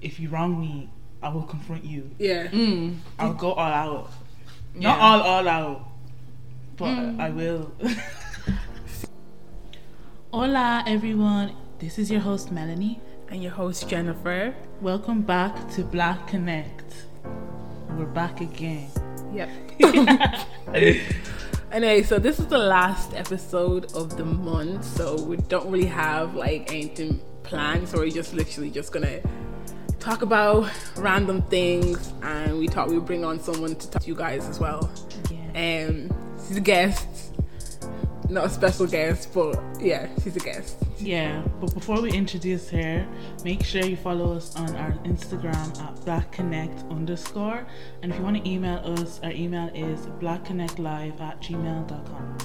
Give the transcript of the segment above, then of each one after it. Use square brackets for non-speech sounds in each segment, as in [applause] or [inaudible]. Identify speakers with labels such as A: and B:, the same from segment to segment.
A: if you wrong me, I will confront you.
B: Yeah.
C: Mm.
A: I'll go all out. Not
C: Yeah.
A: all all out, but I will. [laughs] Hola, everyone. This is your host Melanie.
B: And your host Jennifer.
A: Welcome back to Black Connect. We're back [laughs] again.
B: Yep. [laughs] anyway, so this is the last episode of the month, so we don't really have like anything planned. So we're just literally just gonna talk about random things, and we thought we'd bring on someone to talk to you guys as well.
A: Yeah.
B: Um, she's a guest, not a special guest, but yeah, she's a guest.
A: Yeah, but before we introduce her, make sure you follow us on our Instagram at blackconnect underscore. And if you want to email us, our email is blackconnectlive at gmail.com.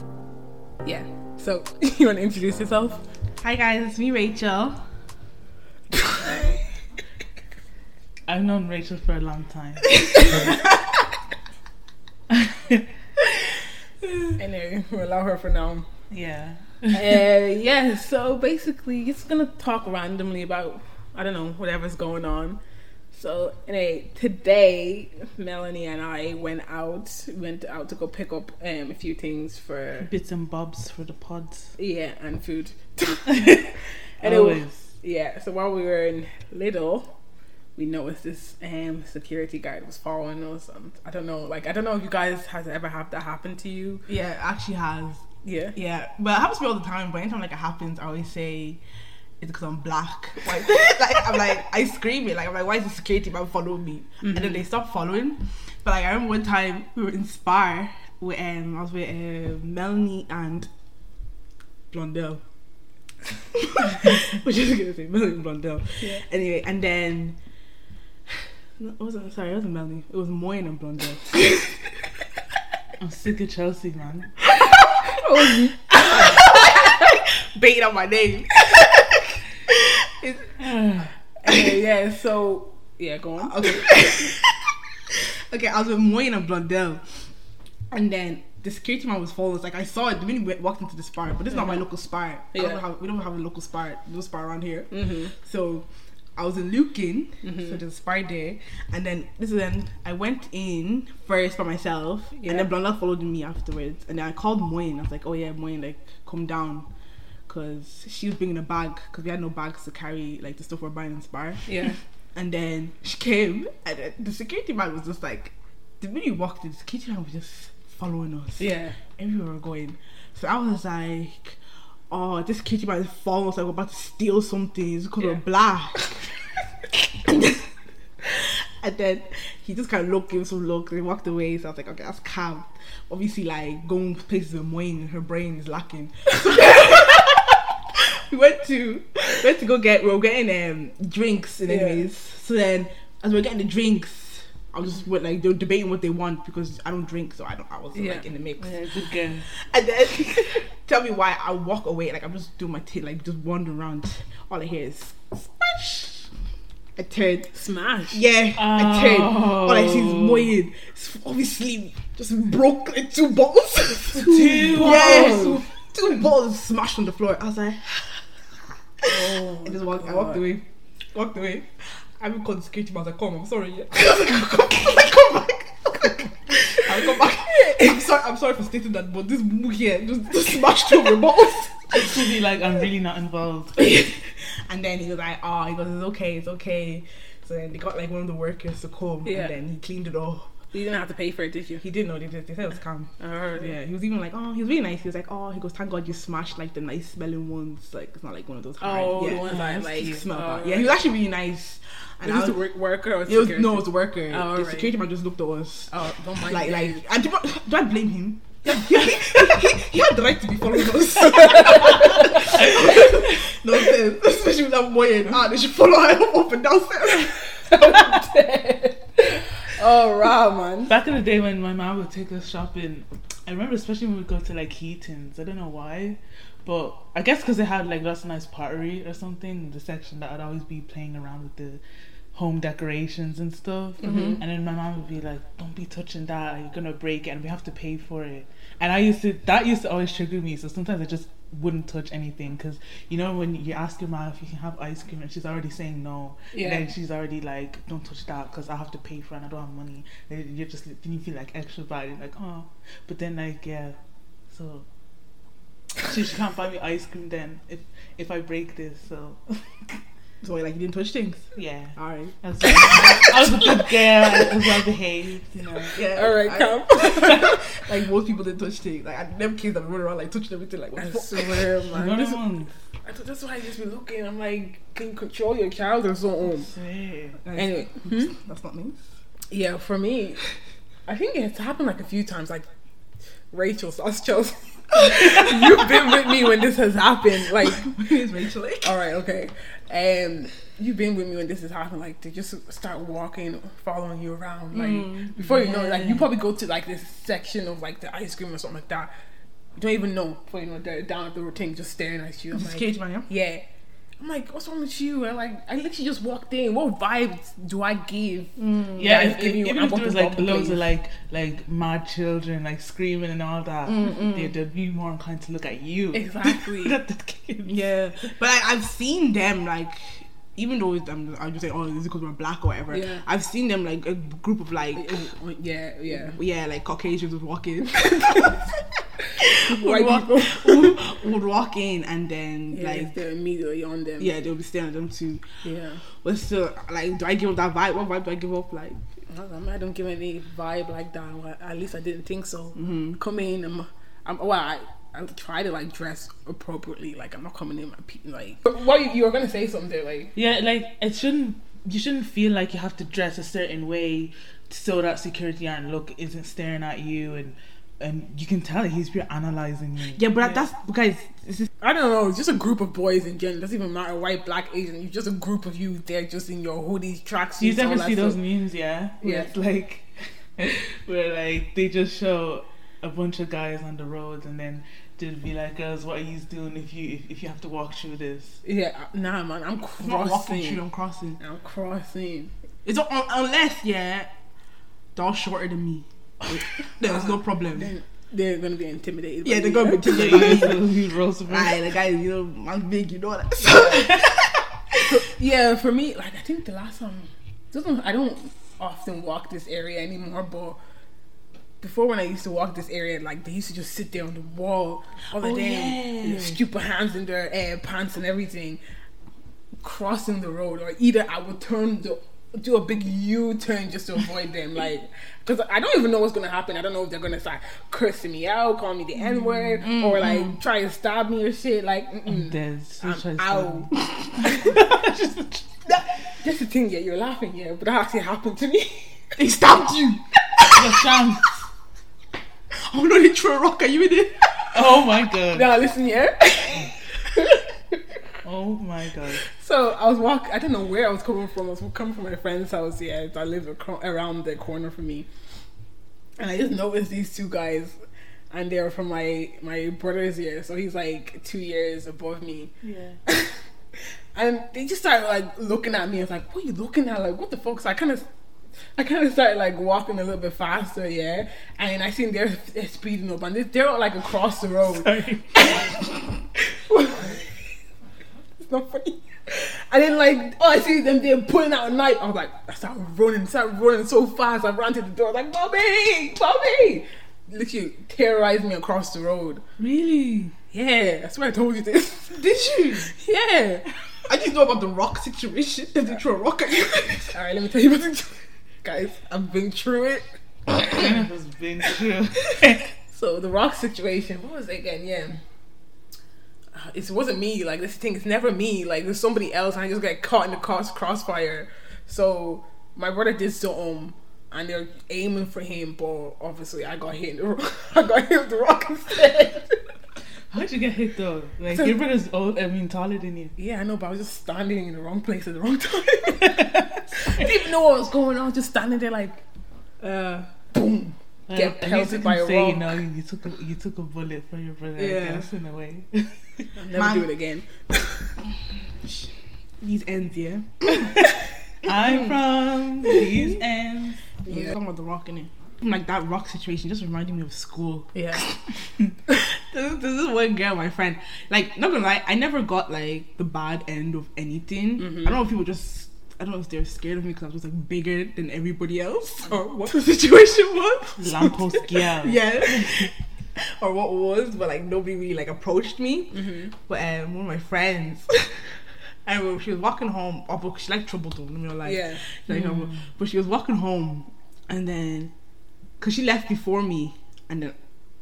B: Yeah. So [laughs] you want to introduce yourself?
C: Hi guys, it's me Rachel.
A: [laughs] I've known Rachel for a
C: [laughs]
A: long time.
B: Anyway, we'll allow her for now.
A: yeah.
B: uh, yeah, so basically, it's gonna talk randomly about I don't know whatever's going on. So anyway, today Melanie and I went out, went out to go pick up um, a few things for
A: Bits and bobs for the pods.
B: yeah and food. [laughs] and it was,
A: Always.
B: yeah, so while we were in Lidl, we noticed this um, security guard was following us. And I don't know, like I don't know if you guys has ever had that happen to you.
C: Yeah, it actually has.
B: Yeah, [laughs]
C: Yeah, but it happens to me all the time. But anytime like it happens, I always say it's because I'm black.
B: [laughs]
C: Like, like I'm like I scream it. Like I'm like, why is the security man following me? And
B: Mm-hmm.
C: then they stop following. But like I remember one time we were in Spar with um I was with uh, Melanie and
B: [laughs]
C: Blondell. Which is gonna say Melanie and Blondell.
B: Yeah.
C: Anyway, and then. No, it wasn't sorry, it wasn't Melanie. It was Moyen and
B: [laughs]
C: Blondell.
A: I'm sick of Chelsea, man.
C: Bait on my name. It's-
B: Anyway, yeah. So yeah, go on.
C: Okay. [laughs] okay, I was with Moyen and Blondell. And then the security man was following us. Like I saw it the minute we walked into the spar, but this is not my local spar. I
B: Yeah.
C: don't have, we don't have a local spar, no spar around here.
B: Mhm.
C: So I was in Lukin, so there's a spar there. And then this is then I went in first by myself, and then Blondell followed me afterwards. And then I called Moyen. I was like, "Oh yeah, Moyen, like come down." Cause she was bringing a bag, cause we had no bags to carry like the stuff we're buying in Spar.
B: Yeah.
C: And then she came, and then the security man was just like, the minute you walked in, the security man was just following us.
B: Yeah.
C: Everywhere we were going. So I was like, oh, this security man is following us, like we're about to steal something. It's because we're
B: Yeah.
C: black.
B: [laughs]
C: and, then, and then he just kind of looked, gave us some look, and he walked away. So I was like, okay, that's calm. Obviously, like, going places and weighing, her brain is lacking. [laughs] we went to we went to go get we were getting um drinks and
B: Yeah.
C: anyways. So then as we were getting the drinks, I was just went, like they were debating what they want because I don't drink, so I don't I wasn't
B: Yeah.
C: like in the mix.
A: Yeah, good girl.
C: And then [laughs] tell me why I walk away like I'm just doing my thing, like just wandering around. All I hear is smash. I turn.
B: Smash.
C: Yeah, I turn. All I see is
A: Oh.
C: Moyen. It's Obviously, just broke like, two bottles.
A: [laughs] Two
C: Yes,
A: bottles.
C: two bottles smashed on the floor. I was like,
A: Oh
C: [laughs] I just walked. I walked
B: God.
C: away. Walked away. I haven't called the security man. I was like, come, I'm sorry. [laughs] Yeah. I [laughs] come back. I come back. [laughs] I'm sorry. I'm sorry for stating that, but this move here just, just smashed over my [laughs] balls.
A: Just to be like, I'm really not involved.
C: [laughs] and then he was like, oh, he goes, it's okay, it's okay. So then they got like one of the workers to come,
B: Yeah.
C: and then he cleaned it up.
B: You didn't have to pay for it, did you?
C: He didn't know they, did- they said it was calm.
B: I heard.
C: Yeah, he was even like, oh, he was really nice. He was like, oh, he goes, thank God you smashed like the nice smelling ones. Like it's not like one of those. hard-
B: Oh,
C: yeah.
B: the ones that
A: Nice.
B: like
C: You smell
B: oh,
C: bad. Yeah, he was actually really nice. And
B: Was
C: I
B: this
C: was,
B: the work, worker or
C: it was
B: security?
C: no, it was the worker.
B: Oh,
C: the
B: right.
C: security man just looked at us.
B: Oh, don't mind.
C: like,
B: me.
C: like, and do, you- do I blame him? he, he had the right to be following us. no sense, especially with that boy and ah, they should follow her up, up and downstairs.
B: [laughs] oh, raw man.
A: Back in the day when my mom would take us shopping, I remember especially when we go to like Heaton's. I don't know why, but I guess because they had like lots of nice pottery or something in the section that I'd always be playing around with the home decorations and stuff.
C: Mm-hmm.
A: And then my mom would be like, "Don't be touching that. You're gonna break it, and we have to pay for it." And I used to that used to always trigger me. So sometimes I just wouldn't touch anything because you know when you ask your mom if you can have ice cream and she's already saying no
B: Yeah.
A: and then she's already like don't touch that because i have to pay for it and i don't have money then you're just then you feel like extra bad you're like oh but then like yeah so she, she can't buy me ice cream then if if i break this so [laughs]
C: So like you didn't touch things.
A: yeah
C: All right.
A: I was, I was a good girl I was well behaved you know
C: Yeah.
B: All right,
C: I-
B: come.
C: [laughs] Like most people didn't touch things. Like I, them kids that run around like touching everything. Like what
B: I
C: the fuck?
B: swear,
A: You
B: man.
A: know
B: That's,
A: the ones?
B: I thought that's why I just be looking. I'm like, can you control your child or something?
A: Swear.
C: Like,
B: Anyway,
C: [laughs] that's not nice.
B: yeah, for me, I think it's happened like a few times. Like, Rachel, sauce Chelsea. [laughs] You've been with me when this has happened. Like,
C: it's Rachel. Like,
B: all right, okay. And you've been with me when this has happened. Like, they just start walking, following you around. Like,
A: Mm,
B: before you know, it, like, you probably go to like this section of like the ice cream or something like that. You don't even know. Before you know, they're down at the thing, just staring at you.
C: [laughs]
B: I'm
C: Just
B: like,
C: cage man. Yeah.
B: Yeah. I'm like, what's wrong with you? I like, I literally just walked in. What vibe do I give?
A: Mm. Yeah,
B: that
A: if,
B: is giving you
A: even
B: an
A: if there was
B: unpopular
A: like loads of
B: place?
A: like like mad children like screaming and all that, they, they'd be more inclined to look at you.
B: Exactly.
A: [laughs] Not the kids.
C: Yeah, but like, I've seen them like, even though it's, I'm, I'm just saying, oh, this is because we're black or whatever.
B: Yeah.
C: I've seen them like a group of like,
B: yeah, yeah.
C: yeah, like Caucasians would walk [laughs] in,
B: White
C: walk-
B: people.
C: [laughs] would walk in, and then
B: Yeah,
C: like,
B: they're immediately on them.
C: yeah, they'll be staring at them too.
B: Yeah.
C: But still, like, do I give up that vibe? What vibe do I give up? Like,
B: I I don't give any vibe like that. Well, at least I didn't think so. Come in, I'm, I'm well. I, I try to like dress appropriately. Like I'm not coming in my pe- like. But what you, you were gonna say something like?
A: Yeah, like it shouldn't. You shouldn't feel like you have to dress a certain way so that security and look isn't staring at you and and you can tell he's pure analyzing you.
C: yeah, but that's guys. This is
B: I don't know. It's just a group of boys in general. It doesn't even matter white, black, Asian. It's just a group of you there, just in your hoodies, tracksuits.
A: you never
B: all that
A: see those
B: stuff.
A: memes, yeah? Where
B: Yeah.
A: It's like [laughs] where like they just show a bunch of guys on the roads and then they'd be like, "Girls, what are you doing if you if, if you have to walk through this?"
B: Yeah, uh, nah, man. I'm
C: not walking through.
B: crossing.
C: I'm crossing.
B: I'm crossing.
C: It's not, un- unless yeah, they're all shorter than [laughs] me. There's no problem.
B: Then they're gonna be intimidated.
C: Yeah,
B: by
C: they're
B: me.
C: gonna be
A: So
C: intimidated by [laughs]
A: you
C: me.
A: still be roast of
C: Right, the guy, you know, I'm big, you know [laughs] that.
B: Yeah, for me, like I think the last time doesn't I don't often walk this area anymore, but before when I used to walk this area, like they used to just sit there on the wall all the
C: Oh,
B: day,
C: yeah.
B: stupid hands in their uh, pants and everything, crossing the road, or either I would turn the do a big U turn just to
C: [laughs]
B: avoid them, like because I don't even know what's gonna happen. I don't know if they're gonna start cursing me out, call me the N word, or like try to stab me or shit. Like, mm-mm.
A: There's
B: I'm out. [laughs] That's the thing, yeah, you're laughing, yeah, but that actually happened to me. [laughs]
C: they stabbed you.
A: chance.
C: Oh no, they threw a rock at you in it.
A: Oh my god.
B: now listen, [laughs] yeah.
A: Oh my
B: [laughs]
A: god.
B: so I was walking, I don't know where I was coming from. I was coming from my friend's house, yeah, I live acro- around the corner from me. And I just noticed these two guys, and they're from my, my brother's year, so he's like two years above me.
A: Yeah.
B: [laughs] and they just started like looking at me. I was like, "What are you looking at? Like, what the fuck?" So I kind of, I kind of started like walking a little bit faster, yeah. And I seen they're, they're speeding up, and they, they're all, like across the road. it's not funny. And then like, oh, I see them. They're pulling out a knife. I was like, I started running, started running so fast. I ran to the door. I was like, Bobby, Bobby, literally terrorized me across the road.
A: Really?
B: Yeah, I swear I told you this.
C: Did you?
B: yeah.
C: I just know about the rock situation. [laughs] Did they throw a rock at you?
B: All right, let me tell you about it. Guys, I've been through it.
A: Jennifer's been through.
B: So the rock situation, what was it again? Yeah. Uh, It wasn't me. Like this thing, it's never me. Like there's somebody else, and I just got caught in the cross crossfire. So my brother did something, and they're aiming for him, but obviously I got hit. in The, ro- [laughs] I got hit with the rock instead. [laughs]
A: How'd you get hit though? Like your brother's old. I mean, taller than you.
B: yeah, I know, but I was just standing in the wrong place at the wrong [laughs] time. I didn't even know what was going on. Just standing there, like, uh, boom. Get
A: I
B: pelted by a
A: say, you
B: rock.
A: know, you took a, you took a bullet from your brother.
C: Yeah.
A: I guess, in a way.
B: Never
C: Man.
B: do it again.
C: These ends, yeah.
B: [laughs]
A: I'm from these ends.
C: You
B: [laughs]
C: were talking about the rock in it. Like that rock situation just reminded me of school.
B: Yeah.
C: There's this one girl, my friend. Like, not gonna lie, I never got like the bad end of anything. I don't know if people just, I don't know if they're scared of me because I was like bigger than everybody else or what the [laughs] situation was.
A: Lamppost girl.
C: [laughs]
B: [laughs]
C: yeah. or what was, but like nobody really like approached me. But um, one of my friends. [laughs] I remember she was walking home. Oh, but she like trouble though. Let me not lie.
B: Yeah.
C: She like trouble. But she was walking home, and then because she left before me and then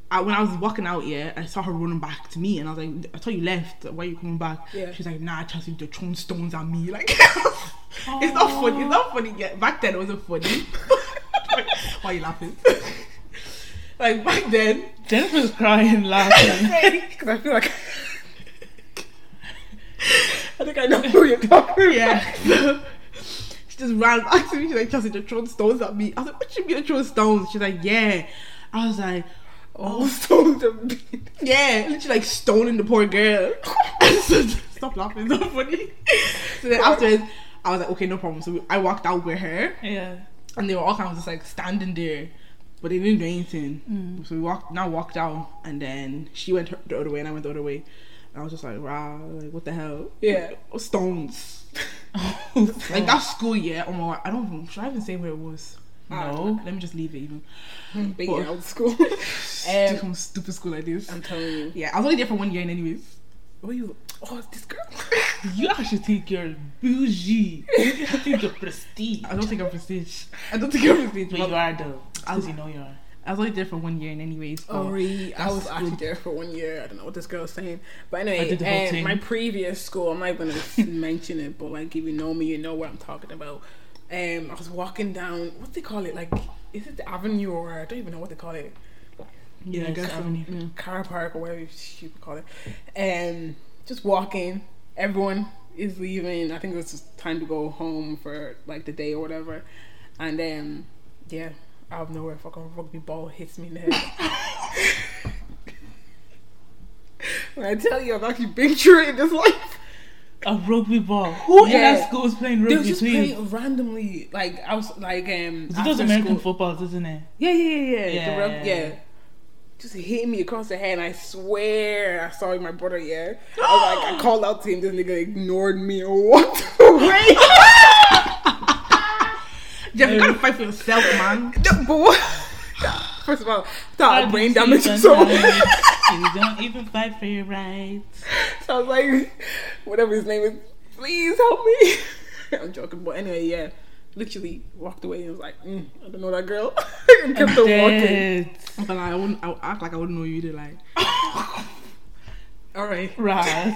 C: I, when I was walking out here, I saw her running back to me, and I was like, "I thought you left. Why are you coming back?"
B: Yeah.
C: She's like, "Nah, Chelsea, they're throwing stones at me. [laughs] Like, it's not funny. It's not funny yet. Back then, it wasn't funny. [laughs] Why are you laughing? [laughs] like back then,
A: Jennifer's
B: [laughs]
A: crying laughing.
B: Because I feel like I think I know who you're talking [laughs] about.
C: yeah. [laughs] So, she just ran back to me. She's like, Chelsea, they're throwing stones at me. I was like, "What do you mean they're throwing stones?" She's like, "Yeah." I was like, oh,
B: All stones have been.
C: [laughs] Yeah, literally like stoning the poor girl. [laughs] Stop laughing, it's not funny. So then afterwards, I was like, okay, no problem. So I walked out with her,
A: yeah.
C: and they were all kind of just like standing there, but they didn't do anything. So we walked, now walked out, and then she went her- the other way, and I went the other way, and I was just like, wow, like what the hell?
B: Yeah.
C: Like, [laughs] stones. Oh, Like that school year. Oh my, God, I don't. even- Should I even say where it was? Ah,
A: no.
C: Let me just leave it. Even
B: Big and old [laughs] school.
C: [laughs] um,
B: Um,
C: some stupid school like this.
B: I'm telling you.
C: Yeah, I was only there for one year, in anyways.
B: Oh, you. Oh, this [laughs] girl.
A: You actually think you're
B: [laughs]
A: bougie. You think you're prestige.
C: I don't think I'm prestige. I don't think I'm prestige.
A: But you
C: But
A: are though. Because you know you are.
C: I was only there for one year, in anyways. but-
B: Ori, I
C: that's
B: was actually
C: good.
B: there for one year. I don't know what this girl's saying, but
A: I did the whole
B: anyway, um,
A: thing.
B: my previous school, I'm not gonna s- [laughs] mention it, but like if you know me, you know what I'm talking about. Um, I was walking down, what do they call it? Like, is it the avenue or I don't even know what they call it.
C: yeah, I guess so.
B: um, car park or whatever you should call it. And just walking, everyone is leaving. I think it was just time to go home for like the day or whatever. And then, yeah, out of nowhere, fucking rugby ball hits me in the head. [laughs] when I tell you, I've actually been through it in this life.
A: A rugby ball. Who in
B: Yeah.
A: that school is playing
B: They was
A: rugby,
B: just
A: please?
B: playing randomly, like I was like um.
A: It's those
B: after
A: American
B: school.
A: footballs, isn't it?
B: Yeah, yeah, yeah, yeah.
A: Yeah.
B: The rug, yeah. Just hit me across the head, and I swear I saw my brother. Yeah, I was like, I called out to him. This nigga ignored me [laughs] and walked away.
C: Jeff, you
B: Um,
C: gotta fight for yourself,
B: [laughs]
C: man.
B: No, but what? First of all, I thought I had brain
A: Sometimes
B: damage or something.
A: [laughs] you don't even fight for your rights.
B: So I was like, whatever his name is, please help me. [laughs] I'm joking, but anyway, yeah. Literally walked away and was like, mm, I don't know that girl. [laughs] and [laughs] kept on walking.
A: Dead.
C: But like, I wouldn't. I would act like I wouldn't know you. Either, like
B: [laughs] All right.
A: Right.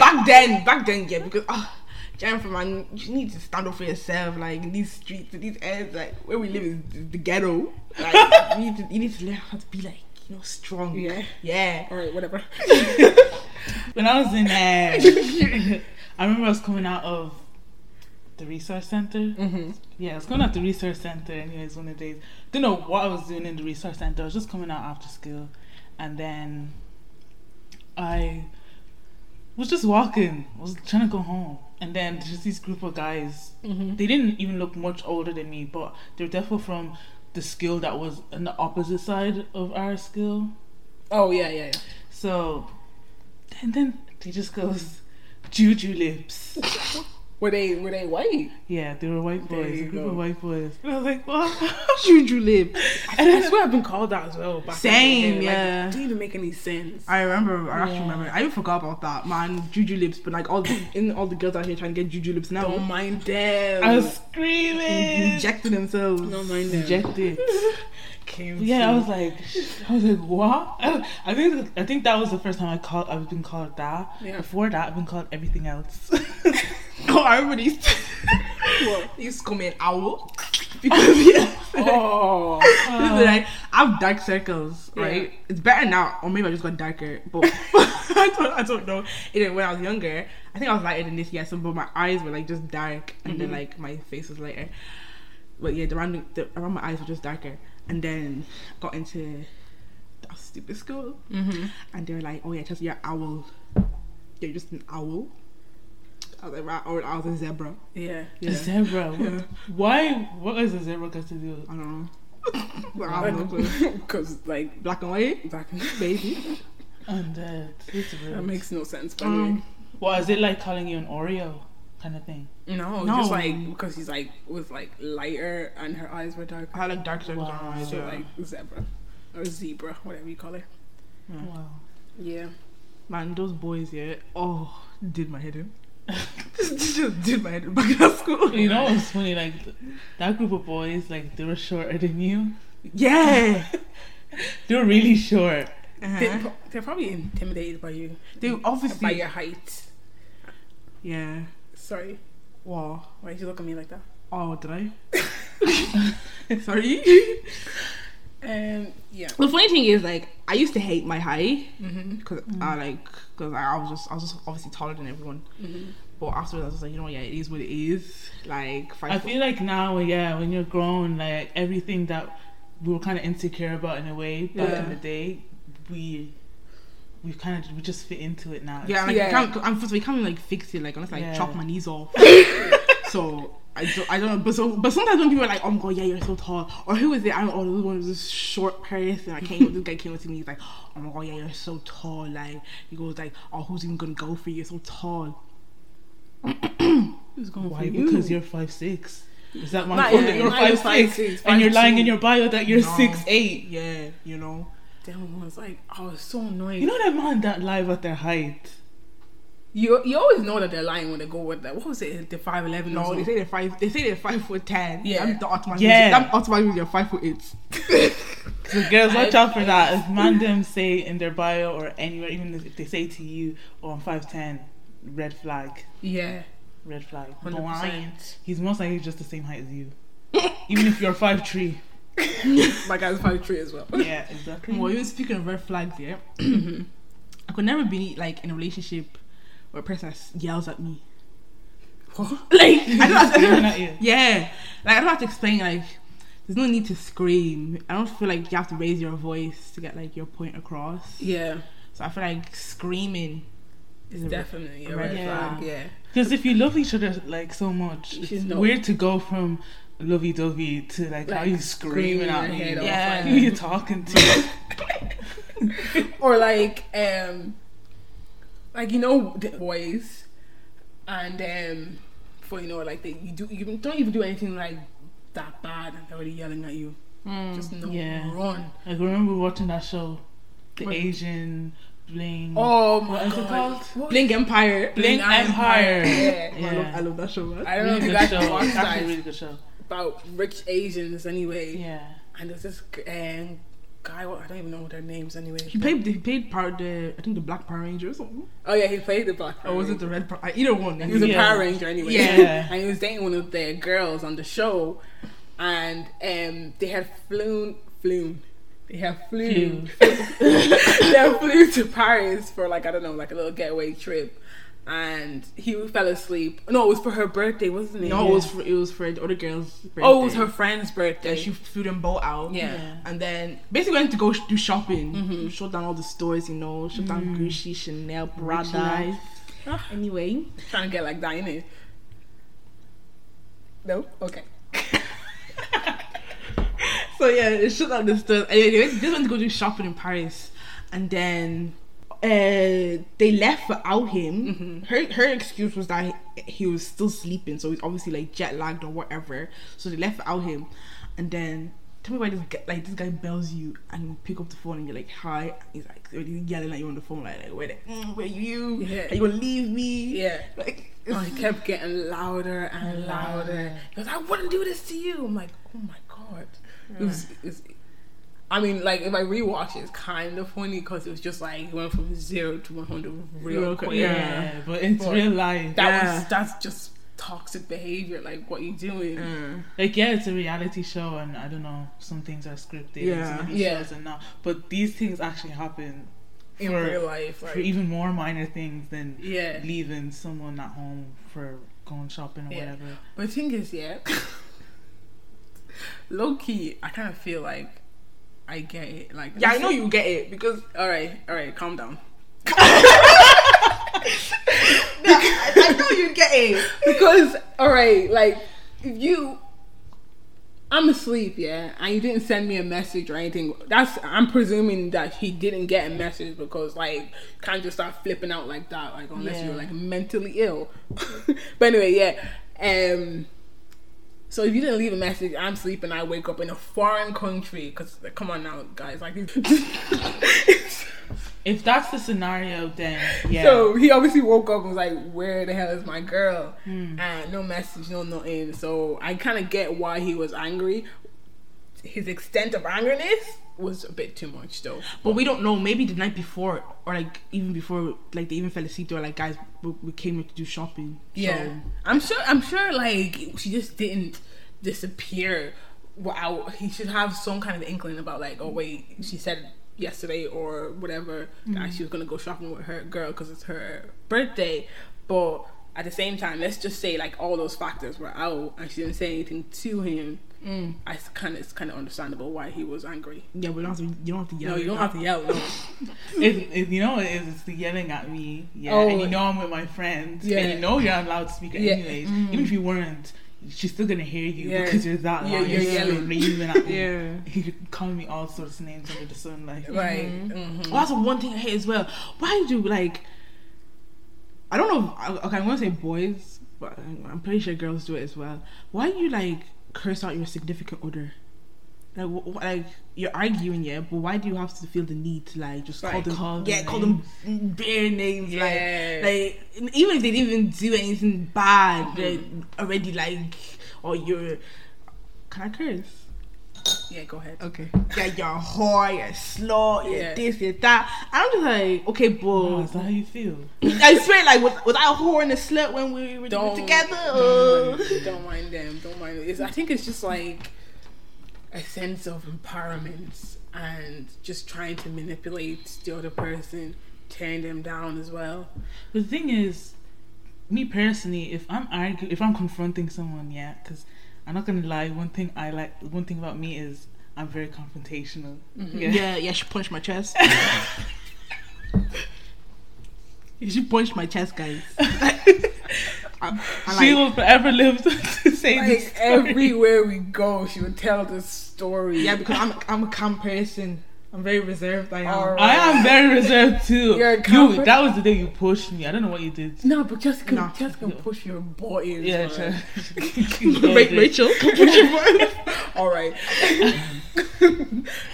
C: back then, back then, yeah, because ah, Jennifer, man, you need to stand up for yourself. Like in these streets, in these areas, like where we live is, is the ghetto. Like you need to, you need to learn how to be like you know strong.
B: Yeah.
C: yeah.
B: All right,
C: [laughs]
B: whatever.
A: when I was
B: [laughs]
A: in uh, I remember I was coming out of the resource center. Mm-hmm. Yeah, I was coming out the resource center. Anyways, one of the days, don't know what I was doing in the resource center. I was just coming out after school, and then I was just walking. I was trying to go home, and then there's just this group of guys.
B: Mm-hmm.
A: They didn't even look much older than me, but they were definitely from the school that was on the opposite side of our school.
B: Oh, yeah, yeah, yeah.
A: So, and then he just goes, Juju lips.
B: Were they, were they white?
A: Yeah, they were white
B: There
A: boys, a
B: you
A: group
B: go.
A: of white boys. And I was
B: [laughs]
A: like, what?
C: Juju lip.
A: And
B: I
A: then,
B: swear I've been called that as well. Back in the
C: Same,
B: day,
C: yeah.
B: Like, it didn't even make any sense.
C: I remember. I actually
A: Yeah.
C: remember. I even forgot about that, man. Juju lips, but like all the, [clears throat] in all the girls out here trying to get juju lips now.
B: Don't mind them.
A: I
C: [laughs]
A: was screaming.
C: injected themselves.
B: Don't mind them.
A: Rejected.
B: Came
C: [laughs]
A: Yeah, I
B: to-
A: was like, I was like, what? [laughs] I, I think I think that was the first time I called. I've been called that.
B: Yeah.
A: Before that, I've been called everything else. [laughs]
C: Oh, I remember these. [laughs]
B: What?
C: He used to call me an
B: [laughs]
C: owl because yeah, [laughs]
B: oh.
C: this is like I have dark circles,
B: Yeah.
C: right? It's better now, or maybe I just got darker. But [laughs] I don't, I don't know. Anyway, when I was younger, I think I was lighter than this. Yeah, so but my eyes were like just dark, and then like my face was lighter. But yeah, the around the, around my eyes were just darker, and then got into that stupid school, and they were like, "Oh yeah, Chelsea, you're an owl. You're just an owl." I was like, "Right," or I was a zebra.
B: Yeah.
A: A zebra. What, Why? What has a zebra got to do? with-
C: I [laughs] don't know. I have no clue.
B: [laughs] Because, like,
C: Black and white,
B: back
C: baby.
A: Undead. It's rude.
B: That makes no sense. But
C: Um,
A: What is it like calling you an Oreo kind of thing?
B: no,
C: no.
B: just like because he's like was like lighter and her eyes were dark.
C: I like dark circles on
A: Wow.
C: my eyes.
B: So
C: yeah.
B: like zebra or zebra, whatever you call her.
A: Wow.
B: Yeah.
C: Man, those boys, yeah. Oh, did my head in. [laughs] just,
A: [laughs]
C: just did my head in [laughs] back at school.
A: You know what's funny? Like th- that group of boys, like they were shorter than you.
C: Yeah.
A: They were really short.
B: They,
C: Uh-huh.
B: pro- they're probably intimidated by you,
C: They
B: by
C: obviously.
B: your height.
C: Yeah.
B: Sorry,
C: Wow.
B: why did you look at me like that?
C: Oh, did
A: [laughs]
C: I? Sorry.
B: Um, yeah.
C: The funny thing is, like, I used to hate my height
B: Mm-hmm.
C: because
A: Mm.
C: I like because I, I was just I was just obviously taller than everyone.
B: Mhm.
C: But afterwards, I was just like, you know, what, yeah, it is what it is. Like, five
A: I
C: foot-
A: feel like now, yeah, when you're grown, like everything that we were kind of insecure about in a way back
C: Yeah.
A: in the day, we we kind of we just fit into it now.
C: Yeah, and, like,
B: Yeah.
C: I can't, I'm first of all, you can't like fix it, like unless I
A: Yeah.
C: chop my knees off. so I don't, I don't know, but so but sometimes when people are like, oh my god, yeah, you're so tall, or who is it? I don't know, oh, this one was this short person. I came, this guy came up to me, he's like, oh my god, yeah, you're so tall. Like he goes like, oh, who's even gonna go for you? You're so tall. who's going
A: Why?
C: for you?
A: Because you're five six. Is that my
B: Not
A: fault
B: even-
A: that you're
B: not even
A: five
B: 5'6",
A: six, and you're lying in
B: 5'2"?
A: your bio that you're
C: No.
A: six eight?
C: yeah, you know.
B: Damn, I was like, oh, it's so annoying.
A: You know that man that live at their height.
B: You you always know that they're lying when they go with that. What was it? The five eleven.
C: No, they say they're five. They say they're five foot ten.
B: Yeah.
C: I'm automatically.
A: Yeah.
C: I'm automatically you're five foot eight.
A: So girls, watch out for that.
B: [laughs]
A: If man them say in their bio or anywhere, even if they say to you, "Oh, I'm five ten, red flag,
B: yeah,
A: red flag."
B: hundred
A: Blind.
B: percent.
A: He's most likely just the same height as you, even if you're
B: [laughs]
A: five three.
B: My guy's five three as well.
A: Yeah, exactly.
C: Well, even speaking of red flags, yeah, Mm-hmm. I could never be like in a relationship where a person s- yells at me. [laughs] Like I don't, have [laughs]
A: Yelling at
C: to,
A: you.
C: yeah, like I don't have to explain. Like there's no need to scream. I don't feel like you have to raise your voice to get like your point across.
B: Yeah,
C: So I feel like screaming is a
B: definitely a
C: Yeah.
B: red flag. Yeah,
A: Because if you love each other like so much,
B: You
A: it's
B: should know.
A: weird to go from lovey dovey to like, how
B: Like,
A: you screaming
B: screaming
A: at
B: your
A: me.
B: head off,
A: Yeah,
B: like-
A: who you talking to?
B: [laughs] or like um, like you know the boys, and um, before you know it, like they you do you don't even do anything like that bad, and they're already yelling at you.
C: Mm.
B: Just no
A: Yeah.
B: run.
A: like, I remember watching that show, The
C: What?
A: Asian Bling.
B: Oh my
A: Mm. What is it
B: god.
A: called?
B: Blink,
C: Blink Empire.
A: Bling Empire.
B: Yeah.
C: I, love,
A: Yeah.
C: I love that show. Man.
B: I don't know if
A: Really
B: you
A: good
B: guys
A: show.
B: watched
A: Actually,
B: that.
A: really good show.
B: about rich Asians anyway.
A: Yeah.
B: And there's this g- um, guy. Well, I don't even know their names anyway.
C: He played. He played part of the. I think the Black Power Ranger or something.
B: Oh yeah, he played the black.
C: Or was it the Red? Power? Either one.
B: He was a
A: Yeah.
B: Power Ranger anyway.
A: Yeah.
B: [laughs] and he was dating one of the girls on the show, and um, they had flown, flown. They had flew. [laughs] they had flew to Paris for like I don't know, like a little getaway trip, and he fell asleep. No, it was for her birthday, wasn't it?
C: No, it was for it was for the other girl's. Birthday.
B: Oh, it was her friend's birthday.
C: Yeah, she flew them both out.
B: yeah.
A: Yeah.
C: And then basically went to go sh- do shopping. Shut down all the stores, you know. Shut down Gucci, Chanel, Mm. Prada.
A: life.
C: Anyway,
B: trying to get like that in it. No, okay.
C: [laughs] so yeah, they shut down the stores. Anyway, they went- just went to go do shopping in Paris, and then uh, they left without
B: Mm-hmm.
C: him. Her her excuse was that he, he was still sleeping, so he's obviously like jet lagged or whatever. So they left without him, and then. Tell me why this guy, like this guy bells you and you pick up the phone and you're like hi and he's like already yelling at you on the phone like, like where the, mm, where you
B: Yeah.
C: are you gonna leave me
B: Yeah.
C: like
B: Oh,
C: [laughs]
B: it kept getting louder and louder. He goes, I wouldn't do this to you. I'm like, oh my god. It was, it was- I mean, like, if I rewatch it, it's kind of funny because it was just like, it went from zero to 100 real
C: Real quick,
B: quick.
C: yeah.
A: Yeah, but it's
B: But
A: real life.
B: That
C: Yeah.
B: was, that's just toxic behavior. Like, what you doing?
C: Mm.
A: like yeah, it's a reality show, and I don't know, some things are scripted.
C: Yeah.
A: Yeah,
B: Yeah.
A: shows and not, but these things actually happen
B: in
A: for-
B: real life. Like,
A: for even more minor things than
B: Yeah.
A: leaving someone at home for going shopping or
B: Yeah.
A: whatever.
B: But the thing is, yeah, [laughs] low key, I kind of feel like I get it. Like,
C: yeah I know you get it because
B: All right, all right, calm
C: [laughs]
B: down.
C: I know you get it
B: Because all right, like if you I'm asleep, yeah, and you didn't send me a message or anything. That's I'm presuming that he didn't get a message because like you can't just start flipping out like that, like unless
A: Yeah.
B: you're like mentally ill. [laughs] but anyway, yeah. Um so if you didn't leave a message, I'm sleeping. I wake up in a foreign country because come on now, guys. Like, [laughs]
A: If that's the scenario,
B: [laughs]
A: then yeah.
B: so he obviously woke up and was like, "Where the hell is my girl?" And no message, no nothing. So I kind of get why he was angry. His extent of angerness was a bit too much, though.
C: But we don't know. Maybe the night before, or like even before, like they even fell asleep. They were like, guys, we, we came here to do shopping.
B: Yeah,
C: So,
B: I'm sure. I'm sure. Like she just didn't disappear. Wow, he should have some kind of inkling about like, oh wait, she said yesterday or whatever that she was gonna go shopping with her girl because it's her birthday. But at the same time, let's just say like all those factors were out and she didn't say anything to him. Mm. I kind of it's kind of understandable why he was angry.
C: yeah, we don't have to. You don't have to yell.
B: no, you don't have to yell. No.
A: if, if you know what it is, it's the yelling at me, yeah,
B: Oh.
A: and you know I'm with my friends,
B: Yeah.
A: and you know you're on loudspeaker
B: Yeah. Mm-hmm.
A: anyways. Even if you weren't, she's still gonna hear you
B: Yeah.
A: because you're that loud.
B: Yeah, you're
A: still
B: yelling.
A: raving at me.
C: Yeah.
A: He could call me all sorts of names under the sun,
B: [laughs]
A: like
B: Right. Mhm.
C: Well, that's one thing I hate as well. Why do like? I don't know. I- Okay, I'm gonna say boys, but I'm I'm pretty sure girls do it as well. Why do you like curse out your significant other? Like, wh- wh- like you're arguing, yeah, but why do you have to feel the need to like just call
B: Like,
C: them,
A: call them
C: yeah, call them bare names,
B: Yeah.
C: like, like even if they didn't even do anything bad, they're already like, or you're, can I curse?
B: Yeah, go ahead.
C: Okay. Yeah, you're a whore, you're a slut, you're
B: Yeah.
C: this, you're that. And I'm just like, okay,
A: Oh,
C: bro.
A: is that how you feel?
C: I swear, like, was, was I a whore and a slut when we were
B: don't
C: together?
B: Don't mind, [laughs] don't mind them. Don't mind. It's, I think it's just like a sense of empowerment and just trying to manipulate the other person, tearing them down as well.
A: But the thing is, me personally, if I'm argu- if I'm confronting someone, yeah, because I'm not gonna lie. One thing I like, one thing about me is I'm very confrontational.
B: Mm-hmm.
A: Yeah.
C: yeah, yeah, she punched my [laughs] chest. she punched my chest, guys.
B: [laughs]
C: I, I
A: she
C: like,
A: will forever live to [laughs] say this.
B: Like everywhere we go, she would tell this story.
C: yeah, because I'm, I'm a calm person. I'm very reserved. I am. [laughs]
B: Alright.
A: I am very reserved too.
B: You're a
A: you,
B: comfort-
A: that was the day you pushed me. I don't know what
B: [laughs]
A: you did.
B: no, but just can,
C: Nah.
B: just can push your buttons.
A: Yeah,
B: man. [laughs]
A: sure.
C: Wait, Rachel, come push your buttons.
B: All right. [laughs]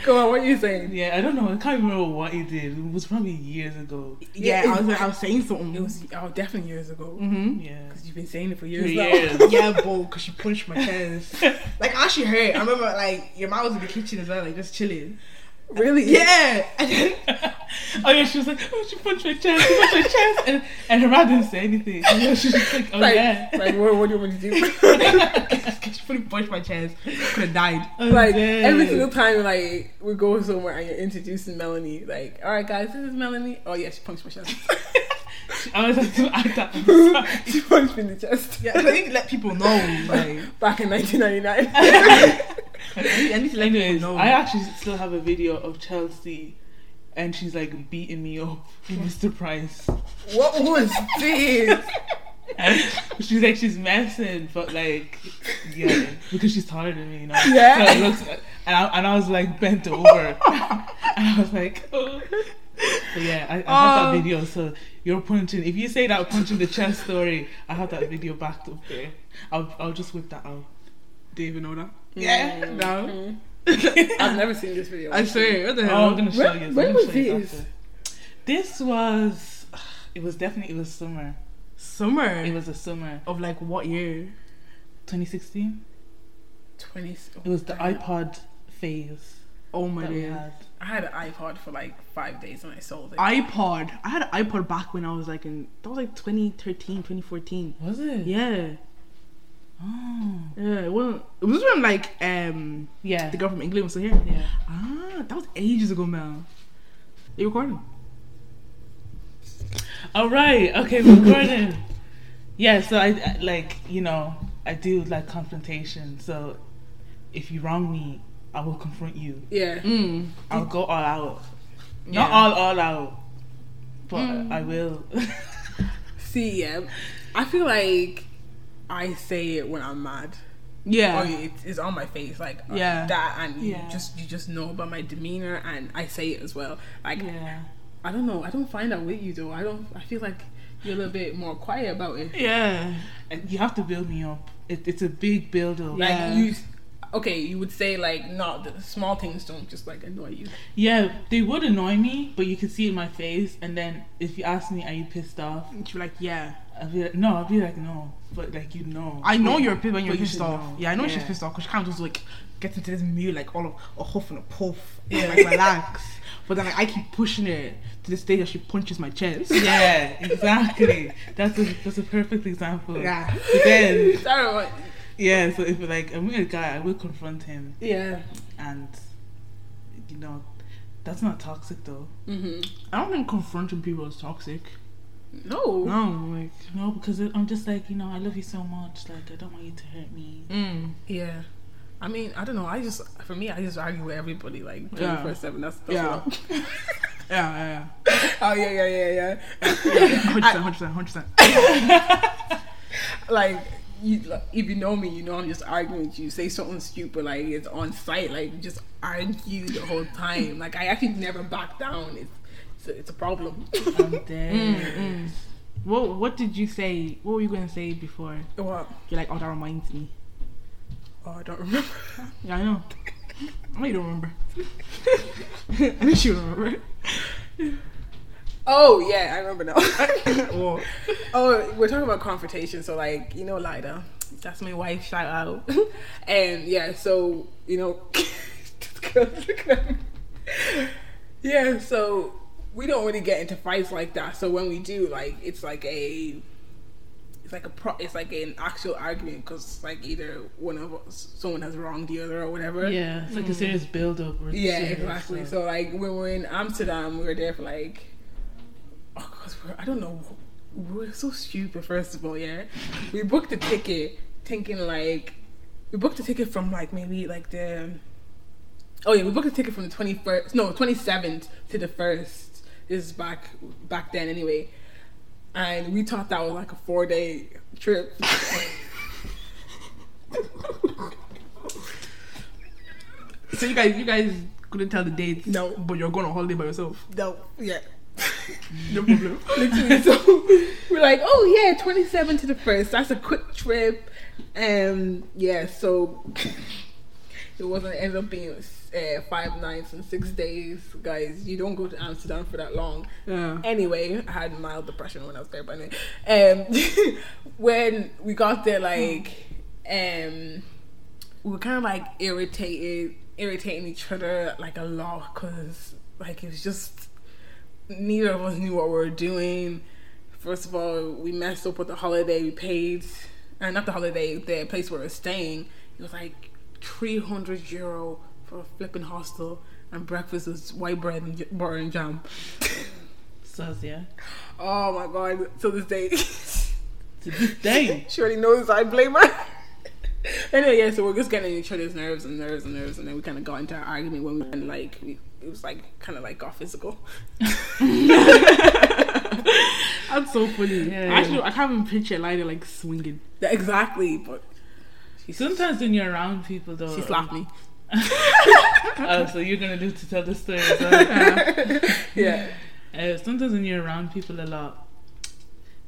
B: Go on. What are you saying?
A: Yeah, I don't know. I can't even remember what you did. It was probably years ago.
C: [laughs] Yeah, I was, I was saying something.
B: It was oh, definitely years ago.
C: hmm
A: Yeah.
B: You've been saying it for
A: For
B: years. now.
A: years. [laughs]
C: yeah, bro, because she punched my chest. Like, I actually hurt. I remember, like, your mom was in the kitchen as well, like, just chilling.
B: [laughs] Really?
C: Yeah! And then, [laughs]
A: oh yeah, she was like, oh, she punched my chest, she punched my chest, and, and her mom didn't say anything. [laughs] And yeah, she was just like,
B: [laughs]
A: oh
B: like,
A: yeah,
B: like what, what do you want me to do?
C: she fully punched my chest. Could have died.
A: oh,
B: like
A: yeah.
B: every single time, like we go somewhere and you're introducing Melanie. Like, all right, guys, this is Melanie. Oh yeah, she punched my chest. [laughs]
A: I was like, [laughs] I thought,
B: she punched me in the chest. [laughs]
C: Yeah, I need to let people know. Like,
B: Back in 1999.
C: I need, I need to let
A: anyways,
C: people know.
A: I actually still have a video of Chelsea, and she's like beating me up, with Mr. Price.
B: what was this?
A: And [laughs] she's like, she's messing, but like, yeah, because she's taller than me, you know.
B: Yeah.
A: So it looks, and I, and I was like bent over, and I was like, [laughs] oh. But yeah, I, I have
B: Um,
A: that video. So you're punching. If you say that punching the chest story, I have that video backed up there. I'll I'll just whip that out.
C: Do you even know that? Yeah, no.
B: Mm. [laughs] I've never seen this video.
C: I swear, what the
A: Oh, I'm
C: hell?
A: gonna show
B: When-
A: you.
B: when
A: I'm gonna
B: was
A: show you
B: this?
A: after. This was. [sighs] It was definitely it was summer. It
C: Summer.
A: was a summer,
C: Of, like, what year?
A: 2016.
B: 20.
A: It was the iPod phase
C: Oh my
A: that we
C: god.
A: had.
B: I had an iPod for like five days and I sold it.
C: iPod. I had an iPod back when I was like in, that was like 2013, 2014.
A: Was it?
C: Yeah,
A: Oh.
C: yeah. It wasn't, it was when like um
A: Yeah.
C: the girl from England was still here.
A: Yeah.
C: Ah, that was ages ago, man. Are you recording?
A: All right. Okay, we're recording. yeah. So I, I like you know I do like confrontation. So if you wrong me, I will confront you.
B: yeah.
C: Mm.
A: I'll go all out. Not
C: Yeah.
A: all all out, but I will. [laughs]
B: See, yeah, I feel like I say it when I'm mad.
A: Yeah.
B: or it is on my face like uh,
A: Yeah.
B: that and you
A: Yeah.
B: just you just know about my demeanor and I say it as well like
A: Yeah.
B: I don't know I don't find that with you though I don't I feel like you're a little bit more quiet about it
A: Yeah. And you have to build me up. It, it's a big build up.
B: like
A: yeah.
B: you okay you would say like not the small things don't just like annoy you [laughs]
A: Yeah, they would annoy me, but you can see it in my face. And then if you ask me, are you pissed off?
C: And she'd be like, yeah.
A: I'd be like, no. I'd be like, no. But like, you know.
C: I know you're pissed when you're
A: But you
C: pissed
A: should
C: off.
A: know.
C: Yeah, I know she's
A: Yeah.
C: pissed off because she can't just like get into this mood like all of a huff and a puff.
A: Yeah.
C: Yeah. Like relax. But then like I keep pushing it to the stage that she punches my chest.
A: yeah, [laughs] exactly. That's a that's a perfect example.
C: Yeah.
A: But then,
B: Sorry, what-
A: yeah. So if like I'm with a guy, I will confront him,
B: yeah
A: and you know, that's not toxic though.
B: hmm
C: I don't think confronting people is toxic.
B: no
C: No, like
A: No, because it, I'm just like you know, I love you so much. Like I don't want you to hurt me.
C: mm.
B: Yeah. I mean, I don't know. I just, for me, I just argue with everybody like
C: Yeah.
B: 24 7. That's, that's
C: Yeah.
B: what
C: Yeah,
B: I'm- [laughs] Oh, yeah, yeah, yeah,
C: yeah, yeah. Hundred percent, hundred percent, hundred percent.
B: yeah. Like, you, like, if you know me, you know I'm just arguing with you. Say something stupid, like it's on site, like you just argue the whole
A: [laughs]
B: time. Like, I actually never back down. It's, it's, a, it's a problem. Mm,
A: I'm dead.
C: Mm. What What did you say? What were you gonna say before?
B: What?
C: You're like, oh, that reminds me. [laughs]
B: Oh, I don't remember.
C: Yeah, I know. I know you don't remember. I know she don't remember.
B: Oh, yeah, I remember now.
C: Well,
B: Oh, we're talking about confrontation. So, like, you know, Lida, that's my wife. Shout out. [laughs] and yeah, so you know, [laughs] this girl's looking at me. Yeah, so we don't really get into fights like that. So when we do, like, it's like a, it's like a pro, it's like an actual argument because like either one of us, someone has wronged the other or whatever.
A: Yeah, it's like
C: Mm.
A: a serious build up.
B: Yeah,
A: uh,
B: exactly. So like when we were in Amsterdam, we were there for like, oh, cause we're, I don't know, we were so stupid. First of all, yeah, we booked a ticket thinking like, we booked a ticket from like maybe like the, oh yeah, we booked a ticket from the twenty first, no twenty seventh to the first. This is back back then anyway, and we thought that was like a four day trip.
C: so you guys, you guys couldn't tell the dates.
B: No.
C: but you're going on holiday by
B: [laughs]
C: yourself.
B: no, yeah.
C: No problem.
B: [laughs] Literally, so we're like, oh yeah, 27 to the first. That's a quick trip. Um, yeah, so [laughs] it wasn't end up being uh, five nights and six days, guys. You don't go to Amsterdam for that long.
C: yeah.
B: Anyway, I had mild depression when I was there, but anyway, um, [laughs] when we got there, like, um, we were kind of like irritated, irritating each other like a lot because like it was just neither of us knew what we were doing. First of all, we messed up with the holiday we paid, and not the holiday, the place where we were staying. It was like three hundred euro for a flipping hostel, and breakfast was white bread and j- butter and jam. [laughs]
A: So yeah,
B: Oh my god! To this day,
A: to this day.
B: [laughs] she already knows I blame her. [laughs] anyway, yeah, so we're just getting on each other's nerves and nerves and nerves, and then we kind of got into an argument when we and like we, it was like kind of like got
C: [laughs]
B: physical.
C: [laughs] That's so funny.
A: Yeah.
C: Actually, I can't even picture Lida like swinging.
B: Yeah, exactly, but she
A: Sometimes when you're around people though,
B: she
C: Uh. [laughs]
B: slapped me. [laughs]
A: Oh, so you're gonna do to tell the story. as
C: [laughs]
A: well.
B: Yeah,
A: uh, sometimes when you're around people a lot,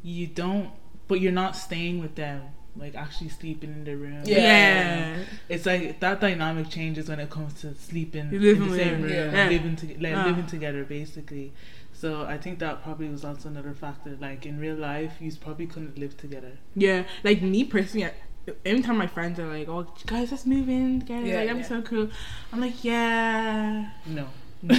A: you don't, but you're not staying with them. Like actually sleeping in the room.
B: Yeah.
A: it's like that dynamic changes when it comes to sleeping
C: You
A: in
C: live
A: the
C: with
A: same
C: them,
A: room,
B: yeah.
A: living to, like
C: Yeah.
A: living together basically. So I think that probably was also another factor. Like in real life, you probably couldn't live together.
C: Yeah, like me personally, I, every time my friends are like, "Oh, guys, let's move in together.
B: Yeah,
C: like, that'd
B: yeah.
C: be so cool." I'm like, "Yeah,
A: No.
C: no,"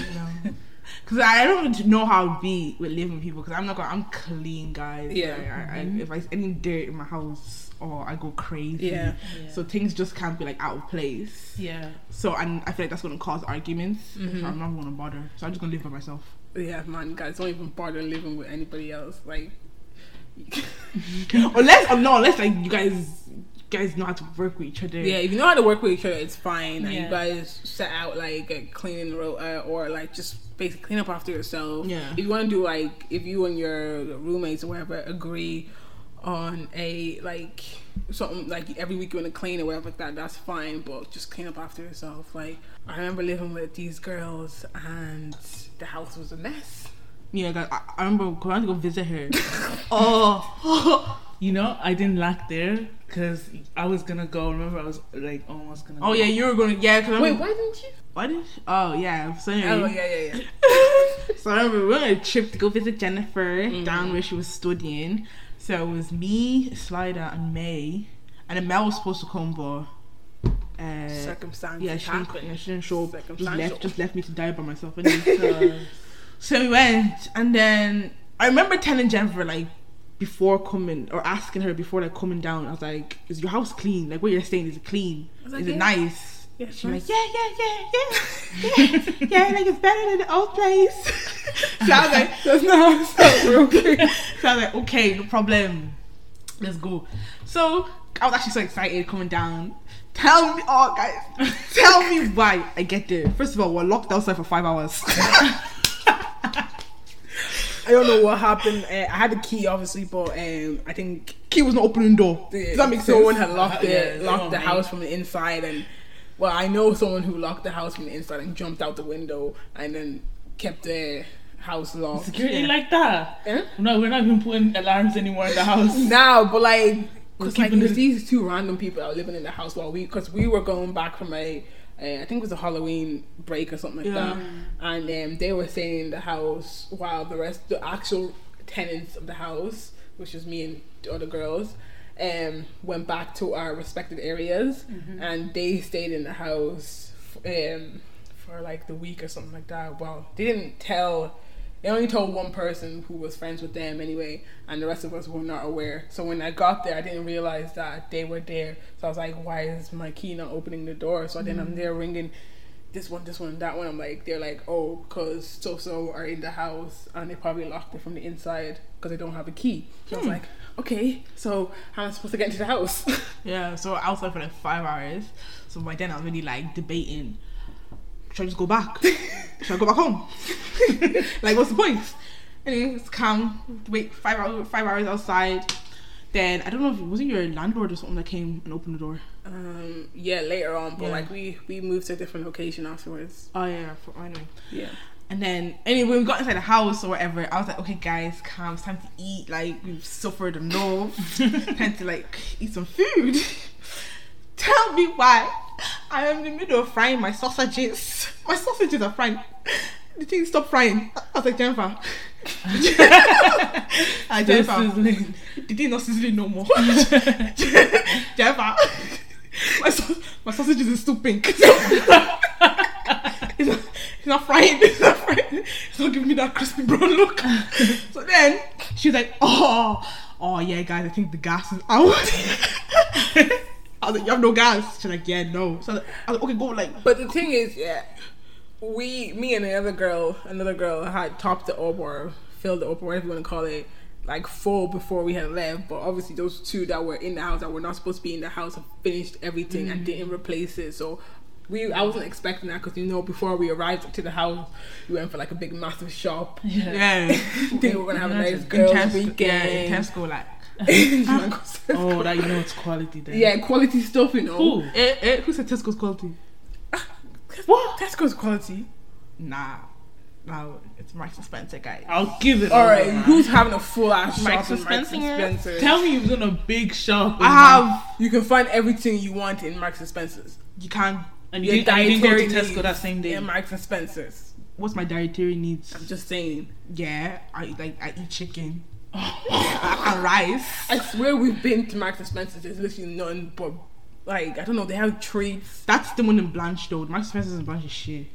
B: [laughs]
C: because I don't know how to be with living with people. Because I'm not gonna, I'm clean, guys.
B: Yeah.
C: Like, I, I, if I see any dirt in my house, or I go crazy.
B: yeah,
A: Yeah.
C: So things just can't be like out of place.
A: yeah.
C: So and I feel like that's gonna cause arguments.
B: Mm-hmm.
C: So I'm not gonna bother. So I'm just gonna live by myself.
B: yeah, man, guys, don't even bother living with anybody else. Like,
C: [laughs]
B: Mm-hmm.
C: unless or no, unless like you guys, you guys know how to work with each other.
B: yeah, if you know how to work with each other, it's fine. And you
A: Yeah.
B: guys set out like a cleaning rota or like just basically clean up after yourself.
C: Yeah.
B: If you want to do like if you and your roommates or whatever agree, on a like something like every week you want to clean or whatever like that that's fine but just clean up after yourself like i remember living with these girls and the house was a mess
C: Yeah, guys, I, I remember going to go visit
B: [laughs]
C: her. oh, [laughs]
A: You know, I didn't lack there because I was gonna go. Remember, I was like almost gonna.
C: oh
A: go.
C: yeah, you [laughs] were going. to Yeah, cause
B: wait
C: I'm-
B: why didn't you
C: Why did? she- Oh Um, yeah. So anyway,
B: oh yeah yeah yeah
C: so I remember we went on a trip to go visit Jennifer down where she was studying. So it was me, Slider, and May, and then Mel was supposed to come, but uh,
B: circumstances
C: yeah, she didn't,
B: happen
C: come- she didn't show up. Just
B: Circumstantial.
C: left, just left me to die by myself. Anyway, so, so we went, and then I remember telling Jennifer like before coming or asking her before like coming down, I was like, "Is your house clean? Like, what you're saying is it clean?
B: I was like,
C: is
B: "Yeah."
C: it nice?"
B: Yeah,
C: She's
B: sure.
C: like, yeah, yeah, yeah, yeah, yeah, yeah, like it's better than the old place. so I was like,
A: [laughs]
B: that's not how real quick
C: [laughs] so I was like, okay, no problem. Let's go. So I was actually so excited coming down. Tell me, oh guys, tell me why I get there. First of all, we're locked outside for five hours.
B: I don't know what happened. Uh, I had the key, obviously, but um, I think
C: Key was not opening door.
B: the,
C: Does that make
B: someone
C: sense?
B: had locked the
A: Yeah,
B: locked the
A: someone
B: house from the inside, and well, I know someone who locked the house from the inside and jumped out the window and then kept the house locked.
A: Security
B: Yeah.
A: like that.
B: Huh?
A: No, we're not even putting alarms anymore in the house.
B: Now, but like,
A: We're
B: cause like
A: keeping
B: there's
A: it-
B: these two random people that were living in the house while we, cause we were going back from a, a I think it was a Halloween break or something like that, and um, they were staying in the house while the rest, the actual tenants of the house, which was me and the other girls, um, went back to our respective areas,
A: Mm-hmm.
B: and they stayed in the house, um, for like the week or something like that. Well, they didn't tell. They only told one person who was friends with them anyway, and the rest of us were not aware. So when I got there, I didn't realize that they were there. So I was like, "Why is my key not opening the door?" So then I'm there ringing this one, this one, that one. I'm like, they're like, "Oh, because so so are in the house and they probably locked it from the inside because they don't have a key." So I was like, "Okay, so how am I supposed to get into the house?" [laughs]
C: Yeah, so I was outside for like five hours. So by then I was really like debating. Should I just go [laughs] back? Should I go back home? [laughs] like what's the point? Anyway, it's calm. Wait five hours five hours outside. Then I don't know if it wasn't your landlord or something that came and opened the door.
B: um, yeah, later on, but
C: Yeah.
B: like we we moved to a different location afterwards.
C: Oh yeah, for, I know.
B: Yeah.
C: And then anyway, when we got inside the house or whatever, I was like, okay guys, calm, it's time to eat. Like we've suffered enough.
A: [laughs]
C: time to like eat some food. [laughs] Tell me why I am in the middle of frying my sausages. My sausages are frying. The thing stopped frying. I was like
A: [laughs]
C: Jennifer. [laughs] I
A: [laughs] This
C: Jennifer.
A: is like-
C: The thing not sizzling no more. Jennifer. My, sau- my sausages is still pink. [laughs] It's not, it's not frying. It's not frying. It's not giving me that crispy brown look. so then she's like, oh, oh yeah, guys, I think the gas is out. [laughs] I was like, you have no gas. She's like, yeah, no. So I was like, I was like, okay, go like.
B: But the thing is, yeah, we, me and another girl, another girl had topped it up or filled it up or whatever you want to call it, like full before we had left. But obviously, those two that were in the house that were not supposed to be in the house have finished everything and didn't replace it. So. We, I wasn't expecting that because you know before we arrived to the house, we went for like a big massive shop.
C: Yeah.
B: [laughs] They were gonna have a nice girls
C: Intense,
B: weekend.
C: yeah,
B: [laughs]
C: intense go like.
A: Oh, that you know it's quality then.
B: yeah, quality stuff, you know.
A: Ooh.
C: Eh, eh, who said Tesco's quality? Ah,
B: What? Tesco's quality.
C: Nah. No, it's eh, Marks and Spencer, guys.
A: I'll give it.
B: All right,
A: man.
B: who's having a full ass shop
C: Marks
B: in
C: and
B: Marks and
C: Spencer.
B: Spencer?
A: Tell me you've done a big shop.
C: I have.
B: You can find everything you want in Marks and Spencer's.
C: You can.
A: and
B: Your
A: you didn't, and you didn't go
B: dietary
A: to Tesco that same day.
B: In Marks and Spencer's.
C: What's my dietary needs?
B: I'm just saying.
C: Yeah, I like I eat [laughs] chicken and rice.
B: I swear we've been to Marks and Spencer's. There's literally none but, like, I don't know, they have treats.
C: That's the one in Blanche though. Mark Spencer's in Blanche is shit.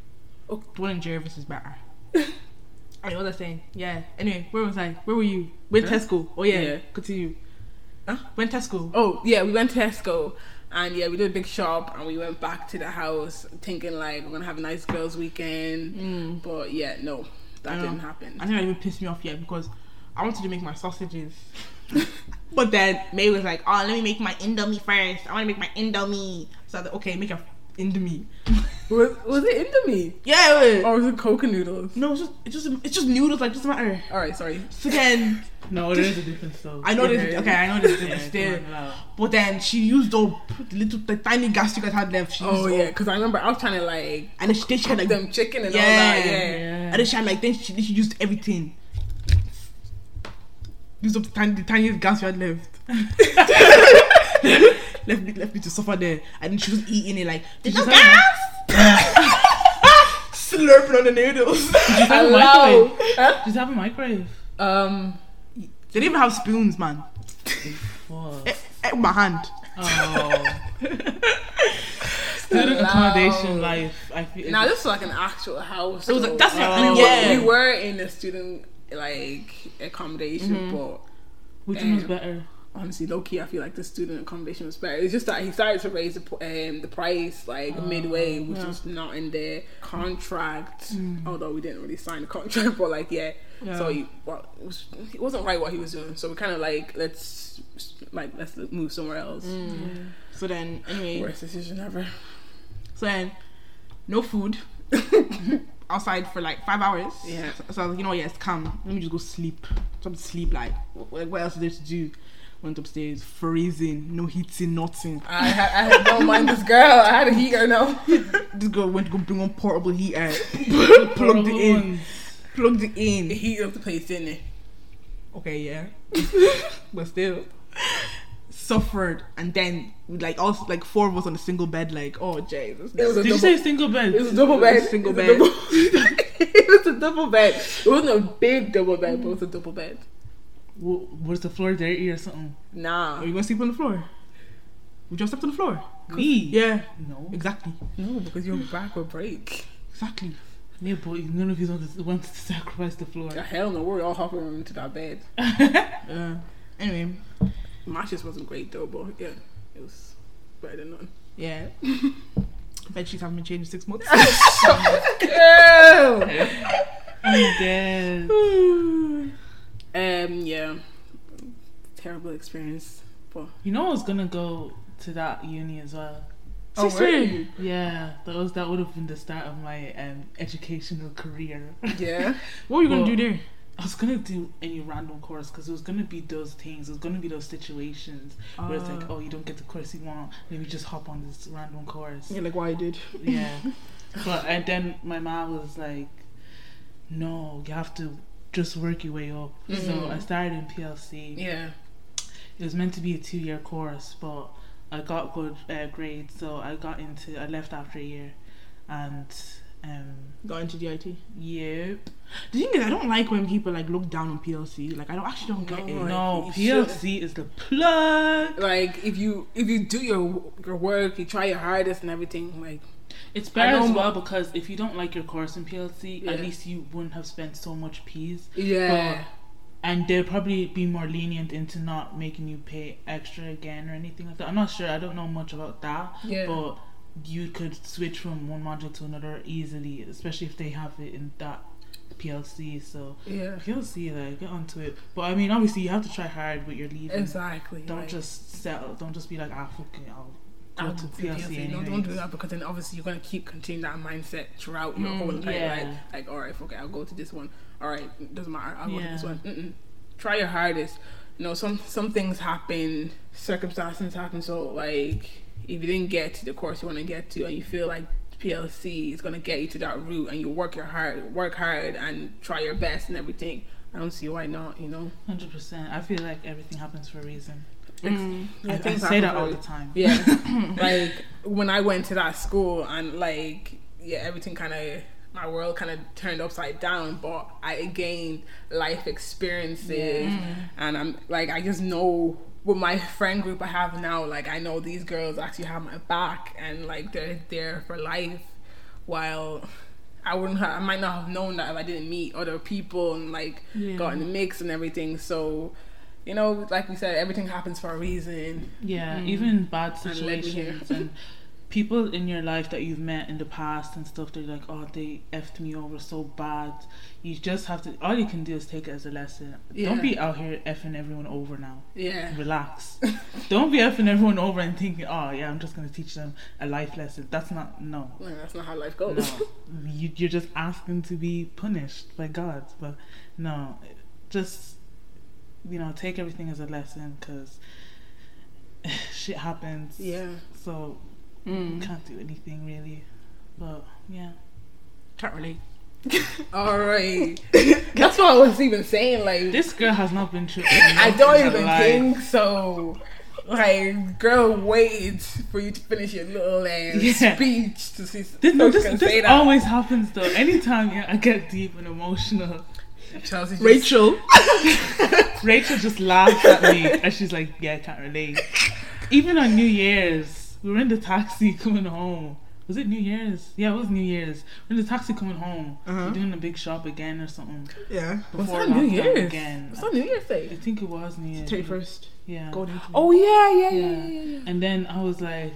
B: Oh.
C: The one in Jervis is [laughs] better. I know what I'm saying. Yeah. Anyway, where was I? Where were you? Went
B: Huh?
C: Tesco. Oh yeah.
B: Yeah.
C: Continue.
B: Huh?
C: Went Tesco.
B: Oh, yeah, we went to Tesco and yeah, we did a big shop and we went back to the house thinking, like, we're gonna have a nice girls' weekend.
A: Mm.
B: But yeah, no, that
C: I know.
B: didn't happen.
C: I think that even pissed me off yet because I wanted to make my sausages. [laughs] but then May was like, "Oh, let me make my indomie [laughs] first. I want to make my indomie." So I was like, "Okay, make a indomie."
B: Was, was it Indomie?
C: Yeah, wait.
B: Or was it Coca Noodles?
C: Oh, No, it's just it's just it's just noodles. Like doesn't matter.
B: Alright, sorry.
C: So then
A: [laughs] [laughs] No, there is a difference though.
C: I know there's
B: Yeah.
C: okay. I know there's
A: Yeah,
C: difference
A: come
C: there.
A: on, wow.
C: But then she used up the little the tiny gas she guys had left. She used
B: Oh,
C: up.
B: yeah, because I remember I was trying to [laughs] like
C: And then she, then she had like
B: them chicken and all
C: Yeah.
B: that. Yeah.
A: Yeah.
C: And then she had like then she, then she used everything. Used up the, tiny, the tiniest gas we had left. [laughs] left me left me to suffer there. And then she was eating it like there's no
A: you find-
C: gas. [laughs] Slurping on the noodles. [laughs]
A: Did you have a microwave?
B: Hello. Huh?
A: Did you have a microwave?
B: Um.
C: they didn't even have spoons, man.
A: Fuck.
C: Eh, eh, my hand.
A: [laughs] Oh. Student accommodation
B: Wow.
A: life. I feel.
B: Now this was like an actual house.
C: It was like
B: though.
C: that's
A: Oh.
C: I mean,
B: we,
C: yeah.
B: were, we were in a student like accommodation, but
A: Which one was
B: Damn.
A: better?
B: honestly, low key, I feel like the student accommodation was better. It's just that he started to raise the p- um, the price like midway, which
A: yeah.
B: was not in their contract. Although we didn't really sign the contract, [laughs] but like yeah, so
A: Yeah.
B: he, well, it, was, it wasn't right what he was doing. So we kind of like let's like let's move somewhere else.
C: So then anyway,
B: Worst decision ever.
C: so then no
B: [laughs]
C: food outside for like five hours.
B: Yeah.
C: So, so I was like, you know, yes, come. Let me just go sleep. Some sleep. Like, what, what else is there to do? Went upstairs, freezing, no heating, nothing.
B: I had, I had don't mind this girl. I had a heater now.
C: [laughs] This girl went to go bring on portable heater,
B: [laughs]
C: plugged it
A: Horrible
C: in,
A: ones.
C: plugged it
B: The
C: in.
B: [laughs] heat of the place, didn't it?
C: Okay, yeah,
B: [laughs]
C: but still suffered. And then like us, like four of us on a single bed. Like, oh Jesus,
B: It was a
A: Did you
B: double,
A: say single bed?
B: it was a double
C: It
B: bed.
C: was a single
B: It was
C: [laughs]
B: a double- [laughs] it was a double bed. It wasn't a big double bed, but it was a double bed.
A: W- was the floor dirty or something?
B: Nah.
C: are you gonna sleep on the floor? Would you have slept on the floor?
A: Me?
C: Yeah,
A: No.
C: exactly,
B: No, because your back would break.
C: exactly.
A: Yeah, but none of you wanted to, wanted to sacrifice the floor.
B: Yeah, hell no, we're all hopping into that bed.
C: Yeah. Uh, Anyway,
B: My just wasn't great though, but yeah, it was better than [laughs] none.
C: yeah. [laughs] Bet she's haven't been changed in six [laughs] months.
B: Girl!
A: I'm
B: [laughs]
A: dead.
B: um, yeah. Terrible experience. But
A: You know I was gonna go to that uni as well.
C: Oh,
B: Sister,
C: were
B: you-
A: Yeah, that was that would have been the start of my um, educational career. [laughs]
B: Yeah.
C: What were you gonna
A: Well-
C: do there?
A: I was gonna do any random course because it was gonna be those things. It was gonna be those situations where it's like,
C: Ah.
A: oh, you don't get the course you want. Let me just hop on this random course.
C: like why I did.
A: Yeah. but and then my mom was like, no, you have to just work your way up. So
B: Mhm.
A: I started in PLC.
B: Yeah.
A: It was meant to be a two-year course, but I got good uh, grades, so I got into. I left after a year, and um,
C: Got into DIT.
A: yeah,
C: The thing is, I don't like when people like look down on PLC. Like I don't actually don't get
B: No,
C: it.
A: eh, no
B: Oh you should-
A: PLC is the plug.
B: Like if you if you do your your work, you try your hardest and everything, like
A: It's
B: I
A: better
B: know
A: as
B: mo-
A: well because if you don't like your course in PLC,
B: Yeah.
A: at least you wouldn't have spent so much peas.
B: Yeah.
A: And they'll probably be more lenient into not making you pay extra again or anything like that. I'm not sure. I don't know much about that.
B: Yeah.
A: But you could switch from one module to another easily, especially if they have it in that PLC. So
B: yeah.
A: PLC, like get onto it. But I mean, obviously, you have to try hard with your leaving.
B: Exactly.
A: Don't
B: like,
A: just settle. Don't just be like, ah, fuck it, I'll go
B: out
A: to
B: of
A: PLC.
B: PLC. No,
A: anyway."
B: don't do that because then obviously you're gonna keep continuing that mindset throughout your whole life.
A: Mm, yeah.
B: Like, like, all right, okay, I'll go to this one. All right, doesn't matter. I'll go to this
A: Yeah.
B: one. Mm-mm. Try your hardest. You know, some some things happen, circumstances happen. So like, if you didn't get to the course you want to get to, and you feel like PLC is gonna get you to that route, and you work your hard, work hard, and try your best and everything. I don't see why not. You know,
A: Hundred percent. I feel like everything happens for a reason.
C: Mm.
A: I, I
B: Things happen
A: say that
B: for
A: all
B: a
A: the time.
B: Yeah. like when I went to that school and like yeah, everything kind of my world kind of turned upside down, but I gained life experiences Mm-hmm. and I'm like I just know with my friend group I have now, like I know these girls actually have my back and like they're there for life while I wouldn't have, I might not have known that if I didn't meet other people and like
A: Yeah.
B: got in the mix and everything. So, you know, like we said, everything happens for a reason.
A: Yeah, even bad
B: And led me Mm. here.
A: situations and people in your life that you've met in the past and stuff, they're like, oh, they effed me over so bad. You just have to, all you can do is take it as a lesson.
B: Yeah.
A: Don't be out here effing everyone over now.
B: Yeah. [laughs]
A: Relax. Don't be effing everyone over and thinking, oh, yeah, I'm just going to teach them a life lesson. That's not, no.
B: Well, that's not how life
A: No.
B: goes.
A: [laughs] you, you're just asking to be punished by God. But no, just, you know, take everything as a lesson because [laughs] shit happens.
B: [laughs] Yeah.
A: So
C: Mm.
A: can't do anything really. But yeah.
C: Can't
B: [laughs]
C: relate.
B: All right. [laughs] That's what I was even saying. Like,
A: This girl has not been true.
B: [laughs] I don't even think so. Like, girl, wait for you to finish your little uh,
A: Yeah.
B: speech to see.
A: This, no,
B: folks
A: this,
B: can say
A: this
B: that.
A: always happens though. Anytime yeah, I get deep and emotional,
B: Chelsea just-
C: Rachel.
A: Rachel just laughs at me and she's like, Yeah, I can't relate. Even on New Year's, we were in the taxi [laughs] coming home. Was it New Year's? Yeah, it was New Year's. We're in the taxi coming home.
C: Uh-huh.
A: We're doing a big shop again or something.
C: Yeah.
B: Was
A: before
B: that New
A: lockdown
B: Year's?
A: Again.
B: It's not New Year's
A: I
B: Day.
A: think it was New Year's.
C: Thirty first.
A: Yeah.
C: Golden.
B: Oh yeah, yeah, yeah,
A: yeah.
B: yeah. yeah, yeah.
A: And then I was like,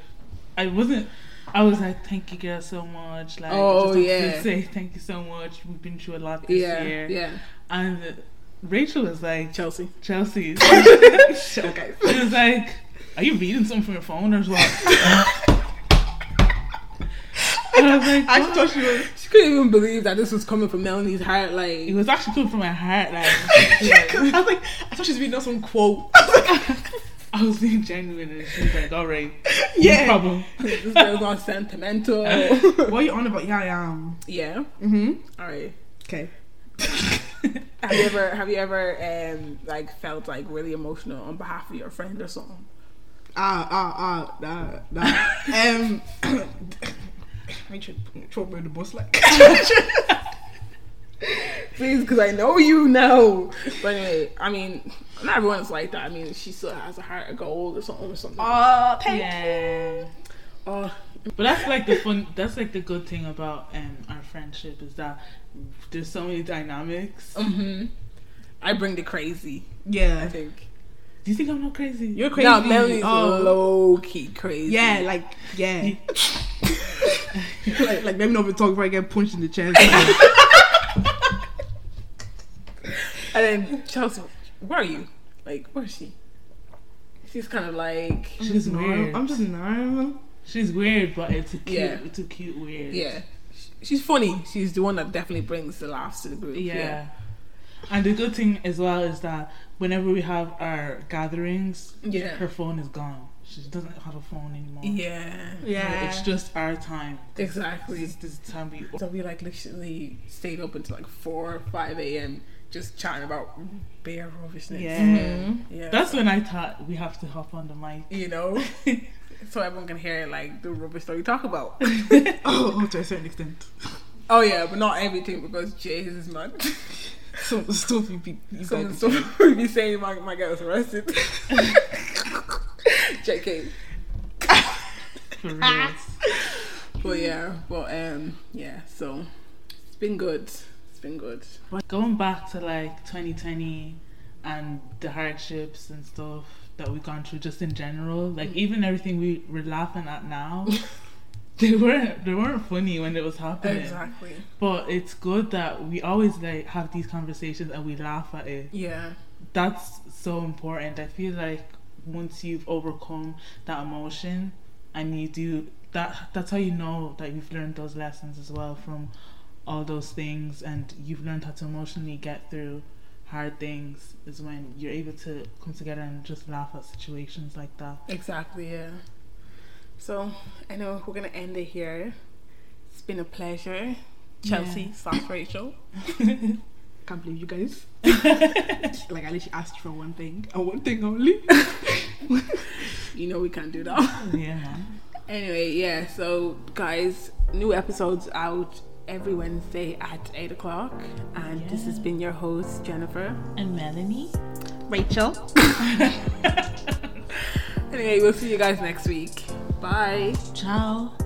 A: I wasn't. I was like, thank you guys so much. Like,
B: Oh,
A: I just
B: yeah.
A: to say thank you so much. We've been through a lot this
B: yeah,
A: year.
B: yeah.
A: And Rachel was like,
B: Chelsea.
A: Chelsea.
B: Okay.
A: She was like, are you reading something from your phone or what? and I was like,
C: I
A: "What?"
C: thought she was.
B: She couldn't even believe that this was coming from Melanie's heart. Like, [laughs]
A: it was actually coming from my heart.
C: [laughs]
A: Like,
C: I was like, I thought she was reading us some quote.
A: [laughs] I was being genuine, and she was like, all right,
C: Yeah.
A: no problem.
B: this girl's all
C: [laughs]
B: sentimental.
C: what are you on about? Yeah, I am.
B: yeah.
C: Mm-hmm.
B: All right.
C: Okay.
B: Have you ever have you ever um like felt like really emotional on behalf of your friend or something?
C: Ah, ah, ah, nah,
B: [laughs]
C: nah. um, [coughs] I should throw me on the bus like.
B: [laughs] Please, because I know you know. But anyway, I mean, not everyone's like that. I mean, she still has a heart of gold or something or something.
C: Oh,
A: Yeah.
B: oh,
A: But that's like the fun. That's like the good thing about um, our friendship is that there's so many dynamics.
B: hmm I bring the crazy. I
C: Yeah.
B: think
A: Do you think I'm not crazy?
C: You're crazy.
B: now Melanie's
C: oh,
B: low key crazy. [laughs]
C: Yeah, like, yeah.
A: Yeah.
C: [laughs] like, like, let me know if we talk before I get punched in the
B: [laughs]
C: chest.
B: And then Chelsea, where are you? Like, where is she? She's kind of like,
A: She's weird.
C: I'm just normal.
A: She's weird, but it's a cute,
B: Yeah.
A: it's a cute weird.
B: yeah, Sh- she's funny. She's the one that definitely brings the laughs to the group.
A: yeah. And the good thing as well is that whenever we have our gatherings,
B: yeah,
A: her phone is gone. She doesn't have a phone anymore.
B: yeah,
A: Like,
C: Yeah.
A: It's just our time. This
B: exactly.
A: is, this is the time we.
B: So we like literally stayed up until like four or five a.m. just chatting about bare rubbishness.
A: Yeah.
B: yeah.
A: That's when I thought we have to hop on the mic.
B: you know, [laughs] so everyone can hear like the rubbish that we talk about.
C: Oh, oh, to a certain extent.
B: Oh yeah, but not everything because Jesus is mad.
C: Some stuff you be. You
B: Some of the
C: guys-
B: stuff we be saying my my guy was arrested. JK.
A: [laughs] For real.
B: But yeah, but um yeah, so it's been good. It's been good.
A: going back to like 2020 and the hardships and stuff that we've gone through just in general like
B: Mm.
A: even everything we were laughing at
B: [laughs]
A: now they weren't they weren't funny when it was happening
B: Exactly.
A: but it's good that we always like have these conversations and we laugh at it
B: Yeah.
A: that's so important i feel like once you've overcome that emotion and you do that that's how you know that you've learned those lessons as well from all those things and you've learned how to emotionally get through hard things is when you're able to come together and just laugh at situations like that
B: Exactly, yeah. So I know we're gonna end it here. It's been a pleasure. Chelsea
A: Yeah.
B: slash Rachel.
C: [laughs] Can't believe you guys.
B: [laughs]
C: like, I literally asked for one thing, and one thing only.
B: [laughs] You know we can't do that.
A: yeah man.
B: Anyway, yeah, so guys, new episodes out every Wednesday at 8 o'clock. And this has been your host, Jennifer.
A: and melanie
C: Rachel.
B: Anyway, we'll see you guys next week. Bye.
A: ciao